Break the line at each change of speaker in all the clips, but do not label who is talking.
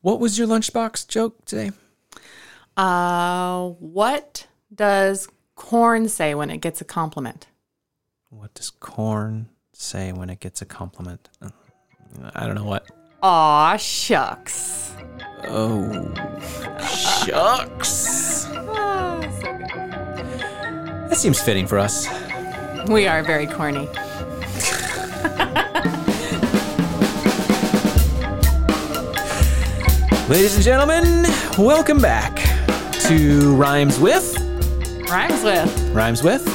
What was your lunchbox joke today?
Uh, what does corn say when it gets a compliment?
What does corn say when it gets a compliment? Uh, I don't know what.
Aw, shucks.
Oh, shucks. That seems fitting for us.
We are very corny.
Ladies and gentlemen, welcome back to Rhymes With.
Rhymes with.
Rhymes with?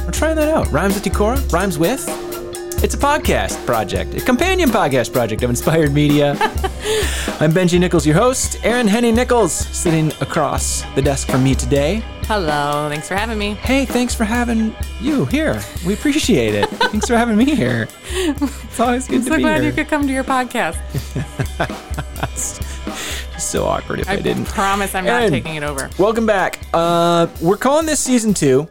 Well, try that out. Rhymes with Decora? Rhymes with? It's a podcast project, a companion podcast project of Inspired Media. I'm Benji Nichols, your host. Aaron Henny Nichols sitting across the desk from me today.
Hello. Thanks for having me.
Hey, thanks for having you here. We appreciate it. thanks for having me here. It's always good to
So
be
glad
here.
you could come to your podcast.
so awkward if I,
I
didn't.
promise I'm not
Aaron.
taking it over.
Welcome back. Uh, we're calling this season two.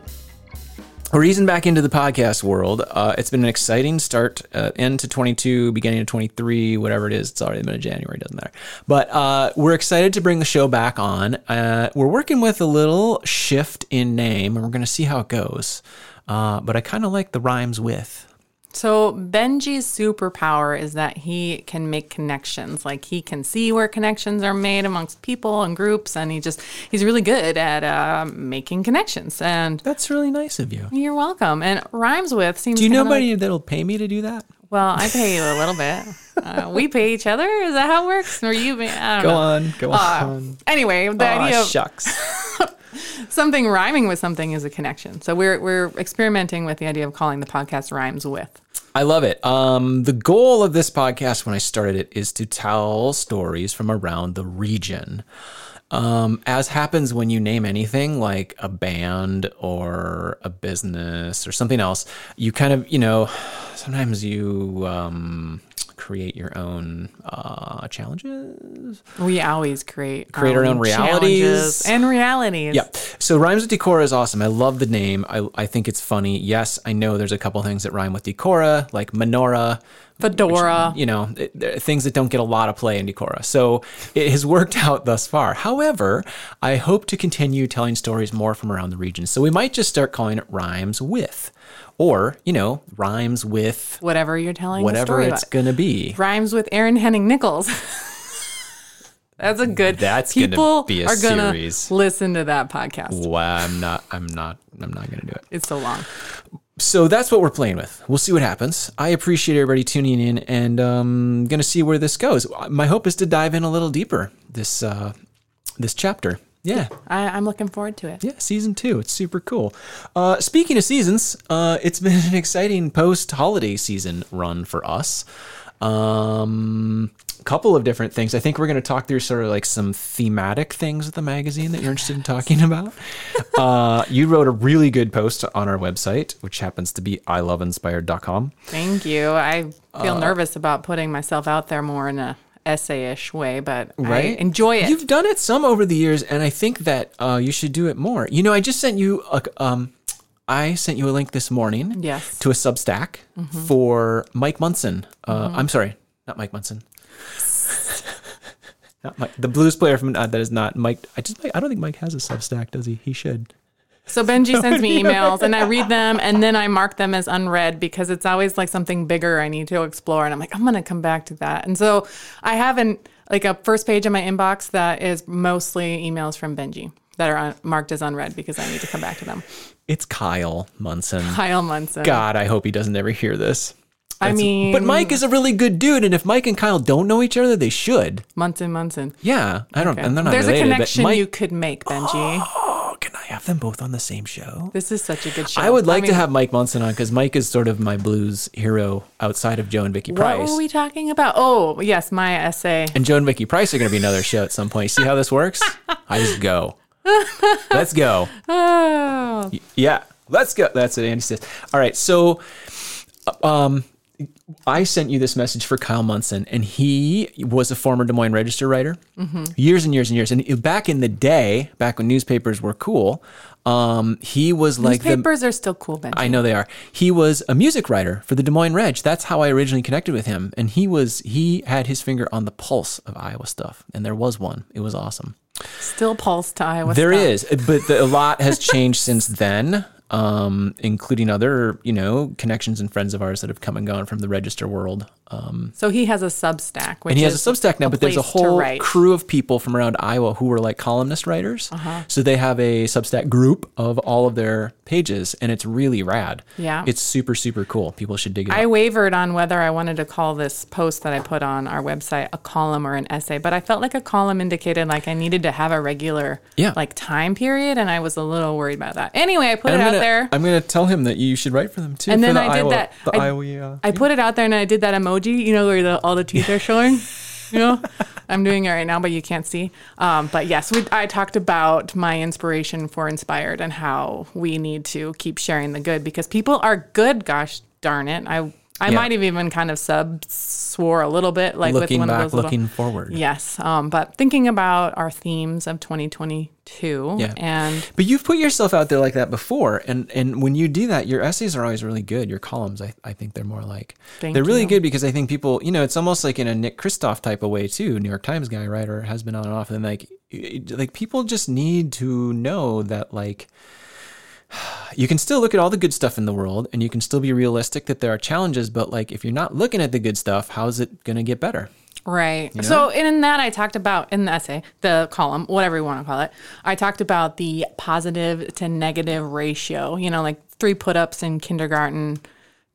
We're easing back into the podcast world. Uh, it's been an exciting start, uh, end to 22, beginning of 23, whatever it is. It's already been in January, doesn't matter. But uh, we're excited to bring the show back on. Uh, we're working with a little shift in name, and we're going to see how it goes. Uh, but I kind of like the rhymes with.
So Benji's superpower is that he can make connections. Like he can see where connections are made amongst people and groups, and he just he's really good at uh, making connections. And
That's really nice of you.
you're welcome. And rhymes with seems.
Do you know
kinda like-
anybody that'll pay me to do that?
well, I pay you a little bit. Uh, we pay each other. Is that how it works? Or you? I don't
Go
know.
on, go
Uh,
on.
anyway, the idea
Aw,
of
shucks.
something rhyming with something is a connection. So we're we're experimenting with the idea of calling the podcast rhymes with.
I love it. Um, the goal of this podcast when I started it is to tell stories from around the region. Um, as happens when you name anything like a band or a business or something else, you kind of, you know, sometimes you um, create your own uh, challenges.
We always create
Create our own realities.
challenges and realities.
Yeah. So rhymes with Decora is awesome. I love the name. I, I think it's funny. Yes, I know there's a couple things that rhyme with Decora, like menorah,
Fedora.
you know, it, there are things that don't get a lot of play in Decora. So it has worked out thus far. However, I hope to continue telling stories more from around the region. So we might just start calling it Rhymes With, or, you know, Rhymes With
whatever you're telling the
whatever
story
it's
about.
going to be.
rhymes with Aaron Henning Nichols. That's a good.
That's gonna
people
be a
are gonna
series.
listen to that podcast.
Wow, I'm not, I'm not, I'm not going to do it.
It's so long.
So that's what we're playing with. We'll see what happens. I appreciate everybody tuning in and um, going to see where this goes. My hope is to dive in a little deeper this, uh, this chapter. Yeah.
I, I'm looking forward to it.
Yeah, season two. It's super cool. Uh, speaking of seasons, uh, it's been an exciting post holiday season run for us. Um, couple of different things. I think we're going to talk through sort of like some thematic things with the magazine that you're interested in talking about. Uh, you wrote a really good post on our website, which happens to be iloveinspired.com.
Thank you. I feel
Uh,
nervous about putting myself out there more in a essay-ish way, but I enjoy it.
You've done it some over the years, and I think that uh, you should do it more. You know, I just sent you a um, I sent you a link this morning.
Yes. Mm-hmm.
To a Substack for Mike Munson. Uh, I'm sorry, not Mike Munson. not Mike, the blues player from uh, that is not Mike. I just I don't think Mike has a Substack, does he? He should.
So Benji sends me emails and I read them and then I mark them as unread because it's always like something bigger I need to explore and I'm like I'm going to come back to that. And so I have an like a first page in my inbox that is mostly emails from Benji that are un- marked as unread because I need to come back to them.
It's Kyle Munson.
Kyle Munson.
God, I hope he doesn't ever hear this.
I
That's-
mean
but Mike is a really good dude, and if Mike and Kyle don't know each other, they should.
Munson Munson.
Yeah, I don't. And they're not
There's
related.
a
but
connection
Mike,
you could make, Benji.
Oh, can I have them both on the same show?
This is such a good show.
I would like
mean,
to have Mike Munson on because Mike is sort of my blues hero outside of Joe and Vicky
What
Price.
were we talking about? Oh, yes, my essay.
and Joe and Vicky Price are going to be another show at some point. See how this works? I just go. Let's go.
Oh.
Yeah, let's go. That's what Andy says. All right, so uh, um, I sent you this message for Kyle Munson, and he was a former Des Moines Register writer years and years and years. And back in the day, back when newspapers were cool, um, he was like the
Papers are still cool, Benji.
I know they are. He was a music writer for the Des Moines Reg. That's how I originally connected with him, and he was he had his finger on the pulse of Iowa stuff, and there was one. It was awesome.
still pulse to Iowa.
There
stuff.
is, but the, a lot has changed since then, um, including other you know connections and friends of ours that have come and gone from the Register world.
So he has a Substack, which
And he has
is
a Substack now, but there's a
place to
whole
write.
crew of people from around Iowa who are like columnist writers. So they have a Substack group of all of their pages, and it's really rad.
Yeah.
it's super super cool. People should dig it.
I
up.
wavered on whether I wanted to call this post that I put on our website a column or an essay, but I felt like a column indicated like I needed to have a regular
Yeah.
like time period, and I was a little worried about that. Anyway, I put
And
it
I'm
out
gonna,
there.
I'm gonna tell him that you should write for them too.
and
for
then
the
I did
Iowa,
that.
The
I,
Iowa. uh,
I put it out there and I did that emoji, you know, where the, all the teeth are showing. You know, I'm doing it right now, but you can't see. Um, but yes, we, I talked about my inspiration for Inspired and how we need to keep sharing the good because people are good. Gosh darn it! I I
Yeah.
might have even kind of sub swore a little bit, like
looking
with one
back,
of those little-
looking forward.
Yes, um, but thinking about our themes of 2022
Yeah.
and
But you've put yourself out there like that before, and and when you do that, your essays are always really good. Your columns, I, I think they're more like
Thank
they're really
you.
good because I think people, you know, it's almost like in a Nick Kristoff type of way too. New York Times guy, writer, has been on and off, and like it- like people just need to know that like you can still look at all the good stuff in the world, and you can still be realistic that there are challenges. But like if you're not looking at the good stuff, how's it gonna get better?
Right. So in that I talked about in the essay, the column, whatever you want to call it, I talked about the positive to negative ratio, you know, like three put-ups in kindergarten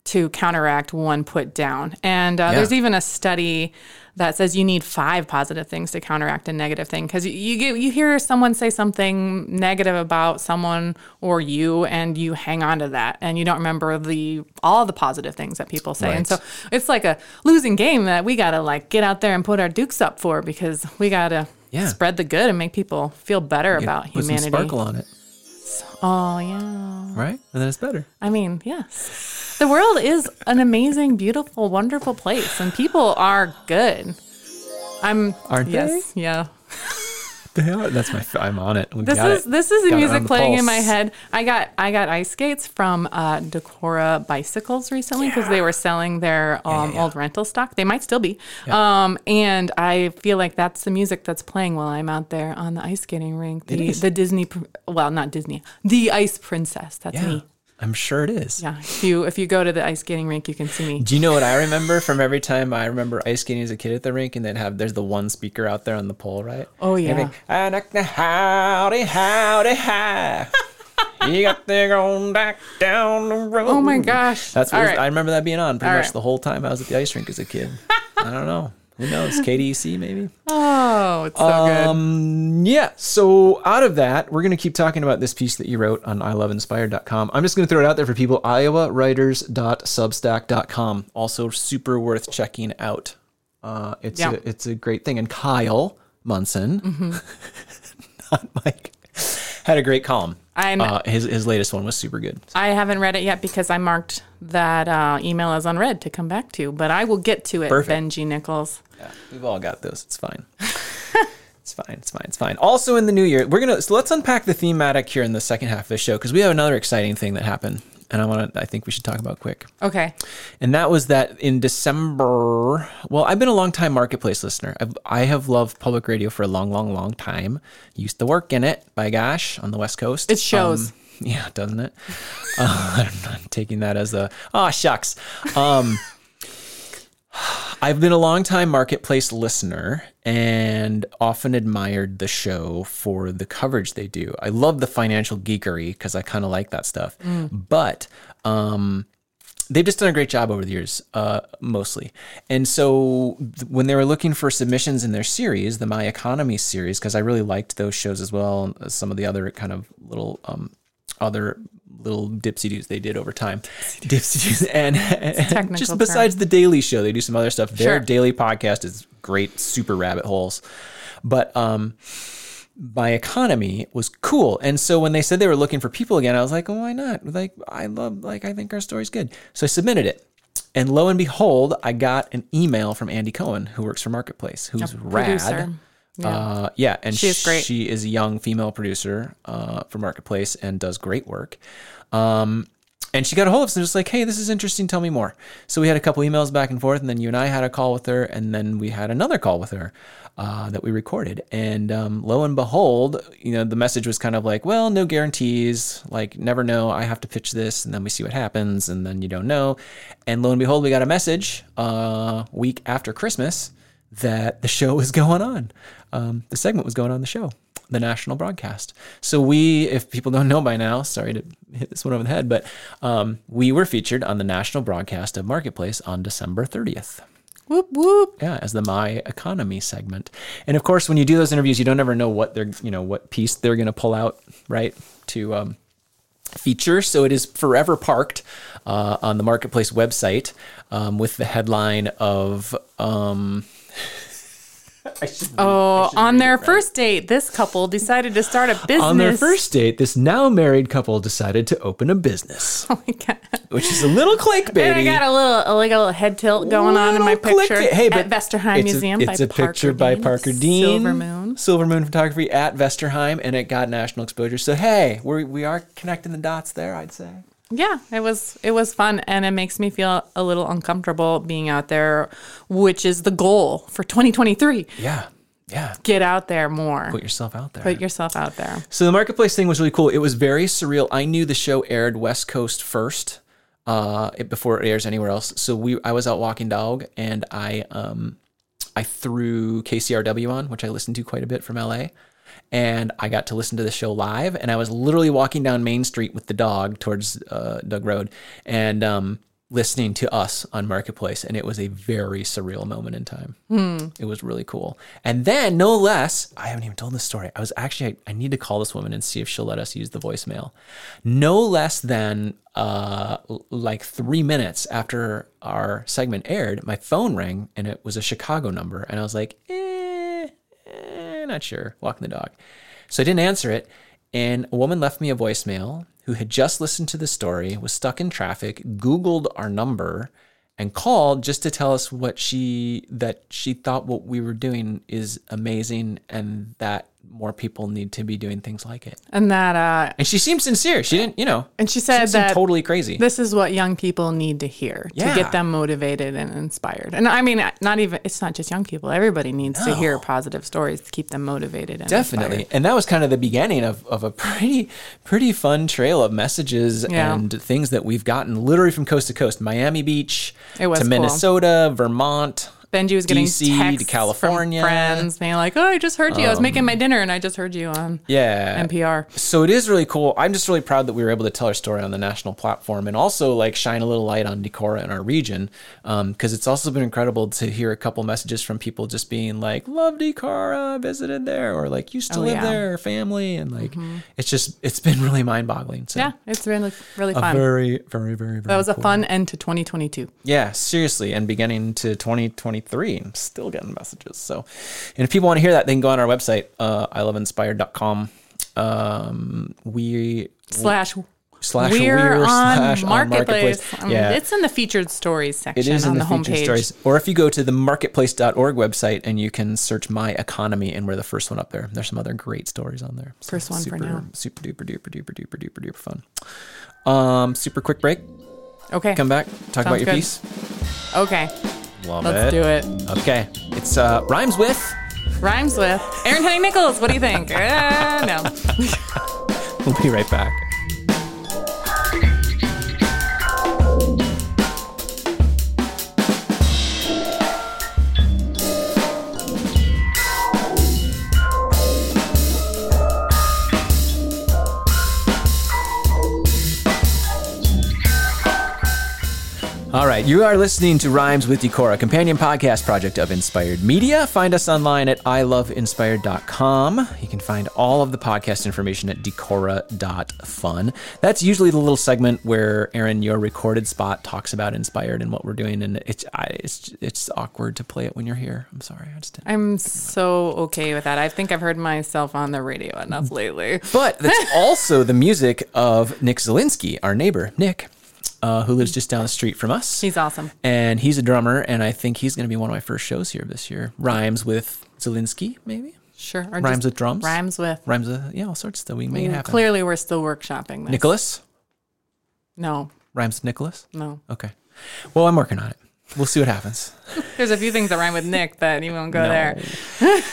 to counteract one put down. And uh, there's even a study that says you need five positive things to counteract a negative thing because you, you get you hear someone say something negative about someone or you and you hang on to that and you don't remember the all the positive things that people say and so
Right.
it's like a losing game that we gotta like get out there and put our dukes up for because we gotta
Yeah.
spread the good and make people feel better
Put
about
some
humanity
sparkle on it,
oh yeah
right? And then it's better.
I mean, yes. The world is an amazing, beautiful, wonderful place, and people are good. I'm.
Aren't
yes, Yeah.
They are. That's my. f- I'm on it. We
This
got
is
it.
this is the
Got it on
music
the
playing in my
pulse.
head. I got I got ice skates from uh, Decora Bicycles recently because they were selling their um, old rental stock. They might still be. Um, and I feel like that's the music that's playing while I'm out there on the ice skating rink. The,
is.
the Disney, pr- well, not Disney, the Ice Princess. That's
Yeah,
me.
I'm sure it is.
Yeah. If you if you go to the ice skating rink, you can see me.
Do you know what I remember from every time I remember ice skating as a kid at the rink and they'd have there's the one speaker out there on the pole, right?
Oh,
They'd be,
yeah.
"Ah, knock, knock, howdy, howdy, hi. you got there going back down the road.
Oh my gosh.
That's what
All
was-
right.
I remember that being on pretty
All
much
right.
the whole time I was at the ice rink as a kid. I don't know. Who knows? KDEC maybe?
Oh, it's so good.
Um, yeah. So out of that, we're going to keep talking about this piece that you wrote on iloveinspired.com. I'm just going to throw it out there for people. iowawriters.substack.com. Also super worth checking out. Uh, it's
Yeah.
a, it's a great thing. And Kyle Munson, not Mike, had a great column.
Mm-hmm. I know.
uh, his his latest one was super good.
I haven't read it yet because I marked that uh, email as unread to come back to, but I will get to it,
Perfect.
Benji Nichols.
Yeah, we've all got those. It's fine. it's fine. It's fine. It's fine. Also, in the new year, we're gonna so let's unpack the thematic here in the second half of the show because we have another exciting thing that happened, and I want to. I think we should talk about quick.
Okay.
And that was that in December. Well, I've been a long time marketplace listener. I've, I have loved public radio for a long, long, long time. Used to work in it, by gosh, on the West Coast.
It shows.
Um, yeah, doesn't it? uh, I'm not taking that as a ah shucks. Um, I've been a long time marketplace listener and often admired the show for the coverage they do. I love the financial geekery because I kind of like that stuff,
Mm.
but um, they've just done a great job over the years, uh, mostly. And so th- when they were looking for submissions in their series, the My Economy series, because I really liked those shows as well, and uh, some of the other kind of little um, other little dipsy doos they did over time, dipsy doos, and, and
technical
just
term.
besides the Daily Show, they do some other stuff. Their
Sure.
daily podcast is great, super rabbit holes, but um my economy was cool. And so when they said they were looking for people again, I was like, well, why not? Like, I love, like, I think our story's good. So I submitted it. And lo and behold, I got an email from Andy Cohen, who works for Marketplace, who's rad.
producer.
Yeah. Uh, yeah, and
She is great.
She is a young female producer uh, for Marketplace and does great work. Um, and she got a hold of us and was like, "Hey, this is interesting. Tell me more." So we had a couple emails back and forth, and then you and I had a call with her, and then we had another call with her uh, that we recorded. And um, lo and behold, you know, the message was kind of like, "Well, no guarantees. Like, never know. I have to pitch this, and then we see what happens, and then you don't know." And lo and behold, we got a message uh, week after Christmas that the show was going on. Um, the segment was going on the show, the national broadcast. So we, if people don't know by now, sorry to hit this one over the head, but um, we were featured on the national broadcast of Marketplace on December 30th.
Whoop whoop.
Yeah, as the My Economy segment. And of course, when you do those interviews, you don't ever know what they're, you know, what piece they're going to pull out, right? To um, feature. So it is forever parked uh, on the Marketplace website um, with the headline of. Um, I should
Oh, on their first date, this couple decided to start a business.
On their first date, this now married couple decided to open a business,
Oh my God.
which is a little
And I
clickbaity.
got a little, a, like a little head tilt going on in my
Little click-
picture
Hey, but
at Vesterheim
it's
Museum.
A, it's
by
a picture by Parker Dean.
Silver Moon.
Silver Moon Photography at Vesterheim, and it got national exposure. So hey, we we are connecting the dots there. I'd say.
Yeah, it was it was fun, and it makes me feel a little uncomfortable being out there, which is the goal for 2023.
Yeah, yeah.
Get out there more.
Put yourself out there.
Put yourself out there.
So the marketplace thing was really cool. It was very surreal. I knew the show aired West Coast first, uh, it, before it airs anywhere else. So we, I was out walking dog, and I, um, I threw KCRW on, which I listened to quite a bit from LA, and I got to listen to the show live. And I was literally walking down Main Street with the dog towards uh, Doug Road, and um, listening to us on Marketplace, and it was a very surreal moment in time. It was really cool. And then, no less, I haven't even told this story. I was actually, I, I need to call this woman and see if she'll let us use the voicemail. No less than uh, l- like three minutes after our segment aired, my phone rang and it was a Chicago number. And I was like, eh, eh, not sure, walking the dog. So I didn't answer it. And a woman left me a voicemail who had just listened to the story, was stuck in traffic, Googled our number, and called just to tell us what she that she thought what we were doing is amazing and that more people need to be doing things like it.
And that, uh,
And she seemed sincere. She didn't, you know,
and she said
seemed
that
totally crazy.
this is what young people need to hear
Yeah.
to get them motivated and inspired. And I mean, not even it's not just young people. Everybody needs to hear positive stories to keep them motivated. And
Definitely. And that was kind of the beginning of, of a pretty, pretty fun trail of messages
Yeah.
and things that we've gotten literally from coast to coast Miami Beach
It was
to
cool.
Minnesota, Vermont.
Benji was getting
DC to
texts
California. Um,
from friends being like, "Oh, I just heard you. I was making my dinner, and I just heard you on
Yeah.
NPR."
So it is really cool. I'm just really proud that we were able to tell our story on the national platform and also like shine a little light on Decorah and our region. Because it's also been incredible to hear a couple messages from people just being like, "Love Decorah, visited there," or like, "Used to live
Oh, yeah. Mm-hmm.
there, family," and like, it's just it's been really mind boggling. So
Yeah, it's really really
a
fun.
very, very, very, very.
that was a fun end to 2022.
Yeah, seriously, and beginning to 2023, I'm still getting messages. So, and if people want to hear that, they can go on our website, uh, iloveinspired.com. Um, we
Slash.
slash
we're
we're
on
slash on
marketplace.
Marketplace.
Um,
Yeah.
It's in the featured stories section
it is
on
in
the,
the, featured
homepage.
stories, or if you go to the marketplace.org website and you can search my economy, and we're the first one up there. There's some other great stories on there. So
First one for
super,
now.
Super duper duper duper duper duper duper fun. Um, super quick break.
Okay.
Come back, talk about
Sounds
your
good.
piece.
Okay.
Love
Let's do it.
Okay, it's uh, rhymes with.
Rhymes with Aaron Henning Nichols. What do you think? uh, no.
We'll be right back. All right, you are listening to Rhymes with Decora, companion podcast project of Inspired Media. Find us online at iloveinspired.com. You can find all of the podcast information at decora.fun. That's usually the little segment where Aaron, your recorded spot, talks about Inspired and what we're doing, and it's I, it's it's awkward to play it when you're here. I'm sorry, I just didn't.
I'm so okay with that. I think I've heard myself on the radio enough
Mm.
lately.
But that's also the music of Nick Zelinsky, our neighbor, Nick. uh, who lives just down the street from us.
He's awesome.
and he's a drummer, and I think he's going to be one of my first shows here this year. Rhymes with Zelinsky, maybe
Sure. Or
rhymes
just
with drums.
Rhymes with.
rhymes with yeah, all sorts of stuff. We can make it happen.
Clearly, we're still workshopping this.
Nicholas
No,
rhymes with Nicholas.
no.
Okay, well I'm working on it. We'll see what happens.
There's a few things that rhyme with Nick that you won't go there.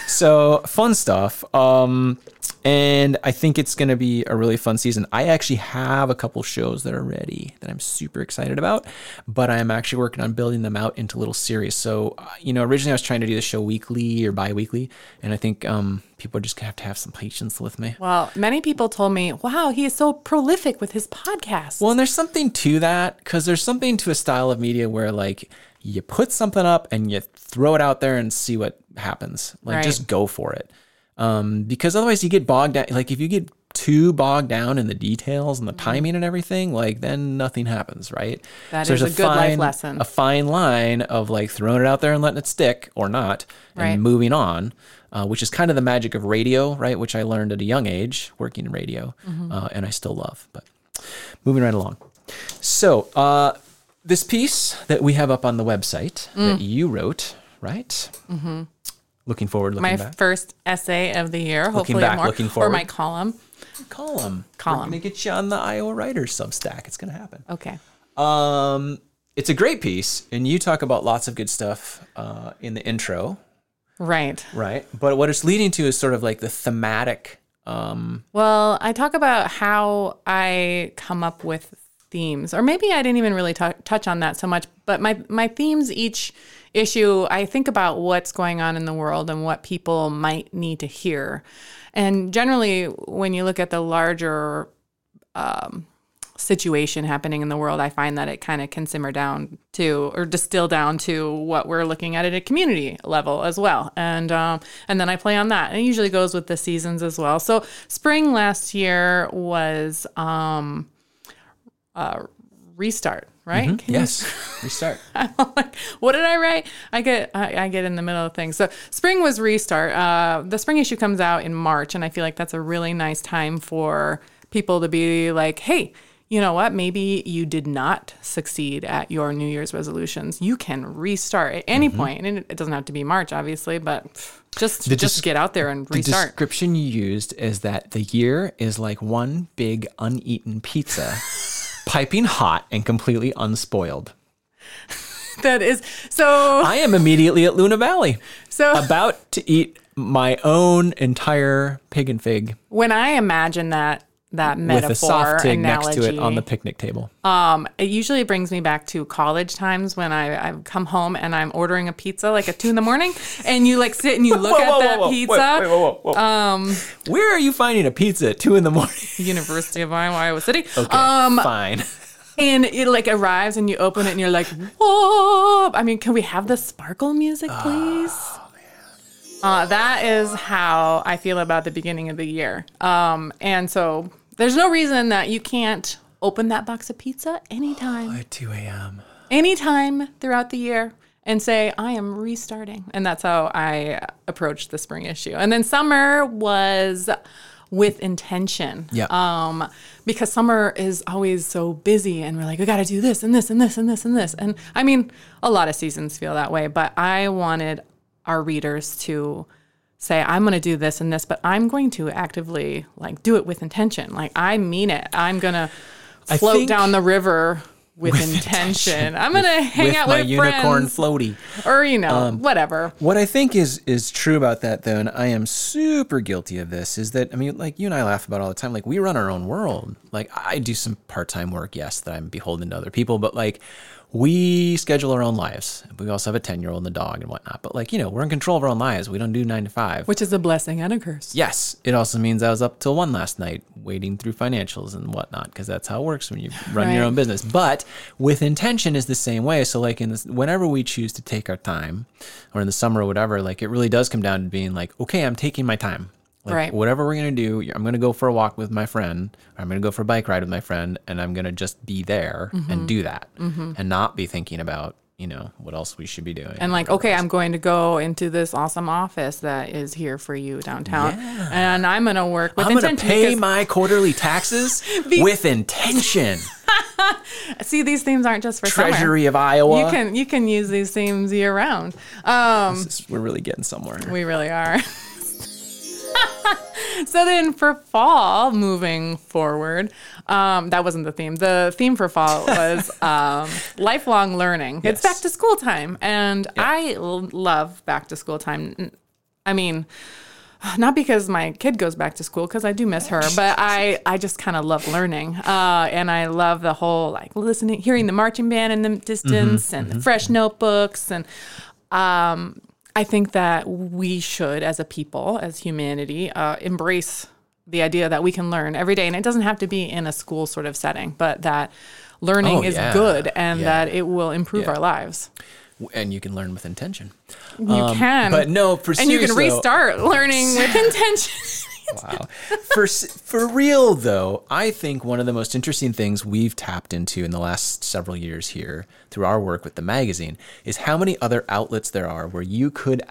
so fun stuff. Um, and I think it's going to be a really fun season. I actually have a couple shows that are ready that I'm super excited about, but I'm actually working on building them out into little series. So, uh, you know, originally I was trying to do the show weekly or bi weekly, and I think um, people are just going to have to have some patience with me.
Well, many people told me, wow, he is so prolific with his podcast.
Well, and there's something to that because there's something to a style of media where like you put something up and you throw it out there and see what happens. Like
Right.
just go for it. Um, because otherwise you get bogged down. Like if you get too bogged down in the details and the timing and everything, like then nothing happens, right?
Mm-hmm. That
That is
is a good life lesson.
A fine line of like throwing it out there and letting it stick or not and
Right.
moving on, uh, which is kind of the magic of radio, right? Which I learned at a young age working in radio
Mm-hmm.
uh, and I still love. But moving right along. So, uh, this piece that we have up on the website
Mm.
that you wrote, right? Mm-hmm. Looking forward, looking
my
back.
first essay of the year, hopefully
back,
more,
looking
or my
forward.
column.
column. We're
Column.
going to get you on the Iowa Writers Substack. It's going to happen.
Okay.
Um, it's a great piece, and you talk about lots of good stuff uh, in the intro,
Right.
right? But what it's leading to is sort of like the thematic. Um,
Well, I talk about how I come up with themes, or maybe I didn't even really tou touch on that so much. But my my themes each issue, I think about what's going on in the world and what people might need to hear. And generally, when you look at the larger situation happening in the world, I find that it kind of can simmer down to or distill down to what we're looking at at a community level as well. And um, and then I play on that. And it usually goes with the seasons as well. So spring last year was um, uh, restart, right? Can you
yes, restart.
like, what did I write? I get I, I get in the middle of things. So spring was restart. Uh, the spring issue comes out in March, and I feel like that's a really nice time for people to be like, hey. You know what? Maybe you did not succeed at your New Year's resolutions. You can restart at
Mm-hmm.
any point, and it- it doesn't have to be March, obviously, but just just
dis-
get out there and
The
restart.
description you used is that the year is like one big uneaten pizza, piping hot and completely unspoiled.
that is so.
I am immediately at Luna Valley,
So
about to eat my own entire pig and fig
when I imagine that that metaphor
with a soft tig
analogy,
next to it on the picnic table.
Um, it usually brings me back to college times when I, I've come home and I'm ordering a pizza like at two in the morning, and you like sit and you look
Whoa,
at
whoa,
that
whoa, whoa.
pizza. Um,
Wait, wait, whoa, whoa, whoa. Where are you finding a pizza at two in the morning?
University of Iowa, Iowa City.
Okay,
Um,
fine.
and it like arrives and you open it and you're like, whoa! I mean, can we have the sparkle music,
Ah,
please? Uh, that is how I feel about the beginning of the year. Um, and so there's no reason that you can't open that box of pizza anytime.
At two a.m.
anytime throughout the year and say, I am restarting. And that's how I approached the spring issue. And then summer was with intention.
Yeah.
Um, because summer is always so busy and we're like, we got to do this and this and this and this and this. And I mean, a lot of seasons feel that way, but I wanted our readers to say i'm going to do this and this but i'm going to actively like do it with intention like i mean it i'm going to
I
float
think-
down the river with, intention. i'm going to hang
with
out
my
with
unicorn um,
friends
floaty.
or you know whatever
What I think is is true about that though, and I am super guilty of this, is that I mean, like you and I laugh about it all the time. Like we run our own world. Like I do some part time work, yes, that I'm beholden to other people, but like we schedule our own lives. We also have a ten year old and a dog and whatnot. But like, you know, we're in control of our own lives. We don't do nine to five.
which is a blessing and a curse
Yes, it also means I was up till one last night wading through financials and whatnot because that's how it works when you run
Right.
your own business. But with intention is the same way. So like in this, whenever we choose to take our time, or in the summer or whatever, like it really does come down to being like, okay, I'm taking my time. Like,
Right.
Whatever we're gonna do, I'm gonna go for a walk with my friend. Or I'm gonna go for a bike ride with my friend, and I'm gonna just be there
Mm-hmm.
and do that, and not be thinking about you know what else we should be doing.
and like okay i'm going to go into this awesome office that is here for you downtown and i'm going to work with
I'm going to
intention
pay
because-
my quarterly taxes with intention.
See, these themes aren't just for summer.
Treasury of Iowa.
You can you can use these themes year round. Um,
This is- we're really getting somewhere.
we really are. so then for fall, moving forward, um, that wasn't the theme. The theme for fall was um, lifelong learning. It's
Yes.
back to school time, and I l- love back to school time. N- I mean. Not because my kid goes back to school, because I do miss her, but I, I just kind of love learning. Uh, and I love the whole like listening, hearing the marching band in the distance
Mm-hmm,
and the fresh notebooks and um, I think that we should, as a people, as humanity, uh, embrace the idea that we can learn every day. And it doesn't have to be in a school sort of setting, but that learning
Oh,
is
yeah.
good and
Yeah.
that it will improve
Yeah.
our lives.
And you can learn with intention.
You
Um,
can.
But no, for
and you
serious
can
though-
restart learning with intention.
Wow. For s- for real though, I think one of the most interesting things we've tapped into in the last several years here through our work with the magazine is how many other outlets there are where you could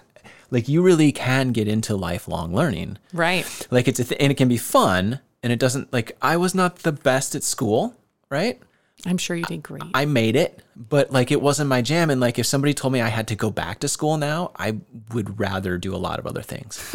like you really can get into lifelong learning.
right.
Like it's a th- and it can be fun and it doesn't like I was not the best at school, right?
I'm sure you did great.
I made it, but like it wasn't my jam. And like if somebody told me I had to go back to school now, I would rather do a lot of other things.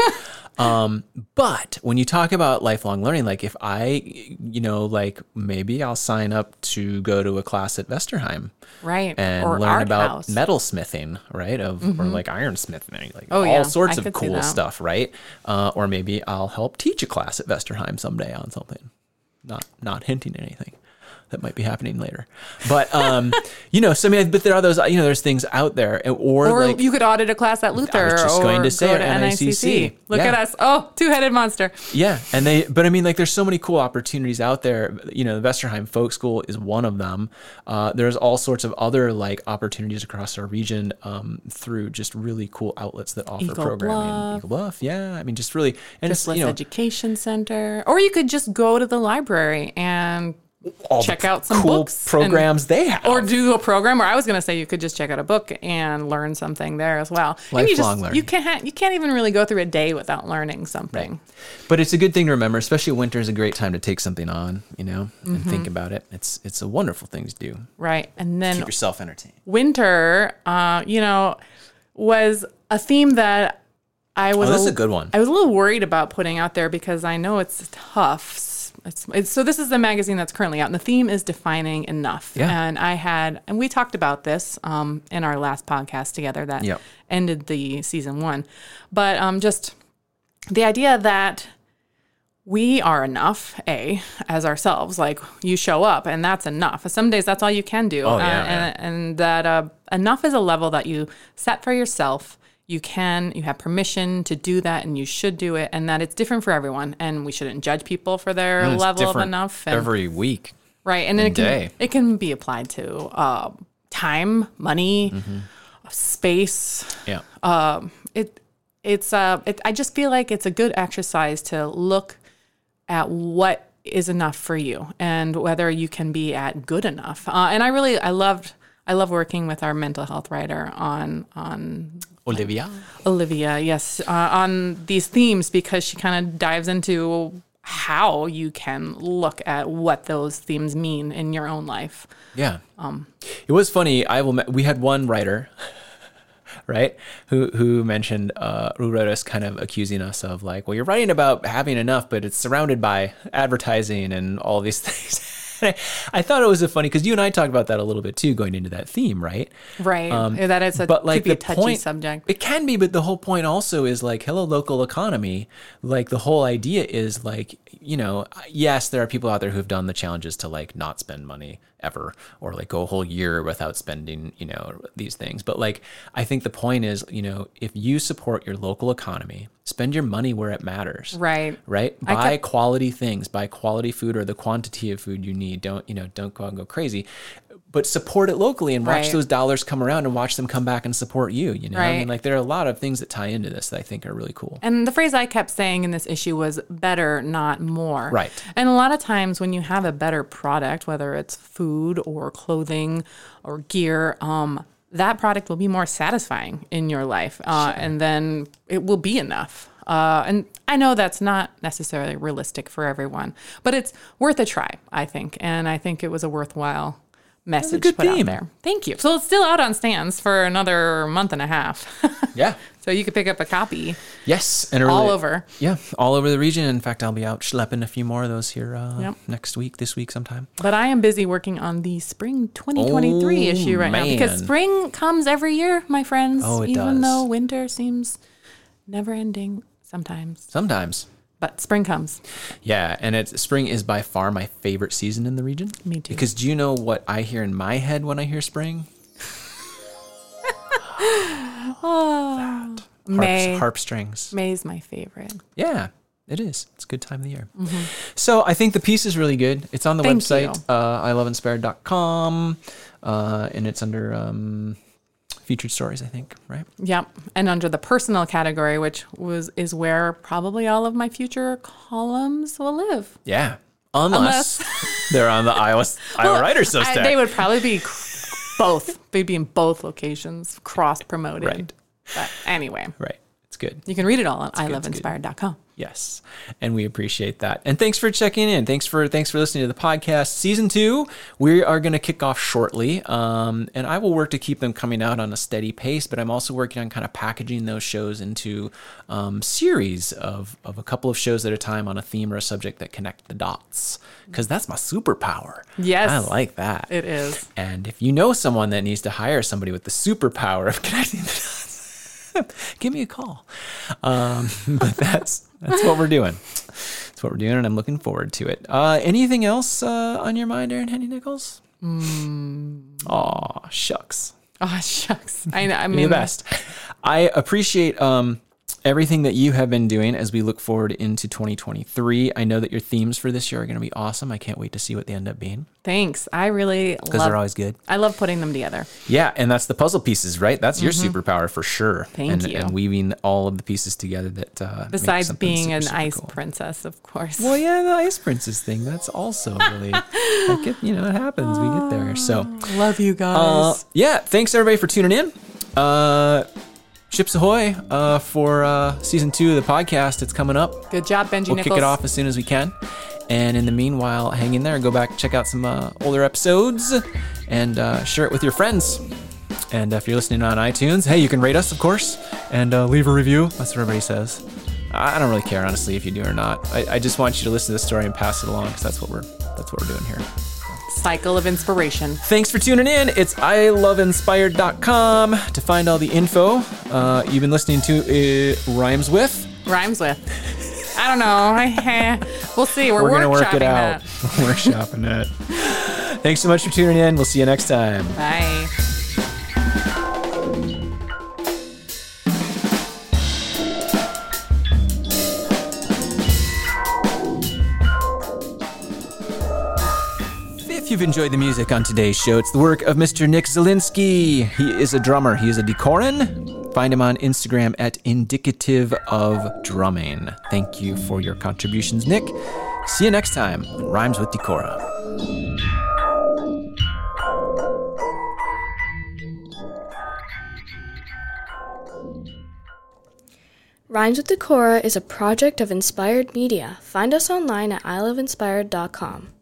um, but when you talk about lifelong learning, like if I, you know, like maybe I'll sign up to go to a class at Vesterheim
right.
and
or
learn
art
about
house. Mm-hmm.
metalsmithing, right? Of or like ironsmithing, like
Oh,
all
yeah.
sorts
I
of
could see
cool
that.
stuff, right? Uh, or maybe I'll help teach a class at Vesterheim someday on something. Not not hinting at anything that might be happening later, but um, you know, so I mean, but there are those, you know, there's things out there, and- or,
or
like
you could audit a class at Luther
just
or
going to say
go
it,
to
NICC.
NICC. Look
Yeah.
at us. Oh, two-headed monster.
Yeah, and they, but I mean, like, there's so many cool opportunities out there. You know, the Vesterheim Folk School is one of them. Uh, there's all sorts of other like opportunities across our region um, through just really cool outlets that offer
Eagle
programming. Eagle Bluff, yeah. I mean, just really, and
Just
it's you know,
Education Center, or you could just go to the library and
all the
check out some
cool
books and-
programs they have.
or do a program. Or I was going to say you could just check out a book and learn something there as well. and you
Lifelong learning.
You can't you can't even really go through a day without learning something.
But it's a good thing to remember, especially winter is a great time to take something on, you know,
Mm-hmm.
and think about it. It's it's a wonderful thing to do.
Right. And
Keep
then
yourself entertained.
winter, uh, you know, was a theme that I was
Oh, this is
a-
a good one.
I was a little worried about putting out there because I know it's tough. It's, it's, so this is the magazine that's currently out, and the theme is defining enough.
Yeah.
And I had, and we talked about this um, in our last podcast together that
Yep.
ended the season one, but um, just the idea that we are enough, a as ourselves. Like you show up, and that's enough. Some days that's all you can do,
Oh, yeah,
uh,
yeah.
and, and that uh, enough is a level that you set for yourself. You can, you have permission to do that, and you should do it, and that it's different for everyone, and we shouldn't judge people for their
And Mm, it's
level of
different
enough. And,
every week.
right, and, then it can
day.
it can be applied to uh, time, money,
Mm-hmm.
space,
Yeah.
Uh, it it's uh it, I just feel like it's a good exercise to look at what is enough for you and whether you can be at good enough. Uh, and I really I loved I love working with our mental health writer on on
Olivia.
Olivia, yes, uh, on these themes because she kind of dives into how you can look at what those themes mean in your own life.
Yeah. it was funny. I will. Me- we had one writer, right, who who mentioned uh, who wrote us kind of accusing us of like, well, you're writing about having enough, but it's surrounded by advertising and all these things. And I, I thought it was a funny because you and I talked about that a little bit too, going into that theme, right?
Right. that it's a
Um, but like
could be
the
a touchy
point,
subject.
It can be, but the whole point also is like, hello, local economy. Like the whole idea is like, you know, yes, there are people out there who've done the challenges to like not spend money ever or like go a whole year without spending, you know, these things. But like, I think the point is, you know, if you support your local economy, spend your money where it matters
Right.
right
I
buy quality things buy quality food or the quantity of food you need don't you know don't go out and go crazy but support it locally and watch
Right.
those dollars come around and watch them come back and support you you know i mean
Right.
like there are a lot of things that tie into this that i think are really cool
And the phrase I kept saying in this issue was better, not more.
Right.
And a lot of times when you have a better product, whether it's food or clothing or gear, um, that product will be more satisfying in your life. Uh, And then it will be enough. Uh, and I know that's not necessarily realistic for everyone, but it's worth a try, I think. And I think it was a worthwhile message
good
put
theme.
out there. Thank you. So it's still out on stands for another month and a half.
Yeah.
so you could pick up a copy
Yes. And it
all
really-
over.
Yeah, all over the region. In fact, I'll be out schlepping a few more of those here uh,
Yep.
next week, this week sometime.
But I am busy working on the spring 2023
Oh,
issue right now because
man.
spring comes every year, my friends.
Oh, it
even
does.
though winter seems never ending sometimes,
Sometimes.
but spring comes.
Yeah, and it's spring is by far my favorite season in the region.
Me too.
Because do you know what I hear in my head when I hear spring?
Oh,
Harp,
May.
harp strings.
May is my favorite.
Yeah, it is. It's a good time of the year. So I think the piece is really good. It's on the
Mm-hmm. Thank
website,
you.
uh, iloveinspired.com, uh, and it's under um, featured stories, I think, right?
Yep. And under the personal category, which was is where probably all of my future columns will live.
Yeah. Unless, they're on the Iowa, Iowa Writers
I-
Substack.
they would probably be cr- both. They'd be in both locations, cross promoted.
Right.
But anyway,
Right. It's good.
you can read it all on
good, it's good.
iloveinspired.com.
Yes. And we appreciate that. And thanks for checking in. Thanks for thanks for listening to the podcast. Season 2, we are going to kick off shortly. Um, and I will work to keep them coming out on a steady pace, but I'm also working on kind of packaging those shows into um, series of of a couple of shows at a time on a theme or a subject that connect the dots cuz that's my superpower.
Yes.
I like that.
It is.
And if you know someone that needs to hire somebody with the superpower of connecting the dots, give me a call. Um, but that's that's what we're doing. That's what we're doing, and I'm looking forward to it. Uh, anything else uh, on your mind, Aaron Henny Nichols? Aw, shucks.
Oh, shucks. I know. I
You're
mean,
the best. I appreciate um, everything that you have been doing as we look forward into 2023. I know that your themes for this year are going to be awesome. I can't wait to see what they end up being
thanks. I really
because
love
they're always good.
I love putting them together.
Yeah, and that's the puzzle pieces, right? That's your superpower for sure.
Mm-hmm. Thank
and,
you.
And weaving all of the pieces together that uh, makes
Besides
something
being
super,
an
super
ice
cool.
princess, of course.
Well, yeah, the ice princess thing. That's also really, I get, you know, it happens. We get there. So,
love you
uh,
guys.
yeah, thanks everybody for tuning in. Uh, Ships ahoy uh, for uh, season two of the podcast. It's coming up.
Good job, Benji
We'll
Nichols.
kick it off as soon as we can. And in the meanwhile, hang in there. Go back, check out some uh, older episodes, and uh, share it with your friends. And uh, if you're listening on iTunes, hey, you can rate us, of course, and uh, leave a review. That's what everybody says. I I don't really care, honestly, if you do or not. I, I just want you to listen to the story and pass it along because that's what we're that's what we're doing here.
Cycle of inspiration.
Thanks for tuning in. It's iloveinspired.com to find all the info. Uh, you've been listening to uh, Rhymes with.
Rhymes with. I don't know. I, we'll see. We're,
We're gonna work
workshopping
it out.
that.
We're shopping it. Thanks so much for tuning in. We'll see you next time.
Bye.
If you've enjoyed the music on today's show, it's the work of Mr. Nick Zielinski. He is a drummer. He is a decorin. Find him on Instagram at indicative of drumming. Thank you for your contributions, Nick. See you next time. on Rhymes with Decora.
Rhymes with Decora is a project of Inspired Media. Find us online at iloveinspired.com.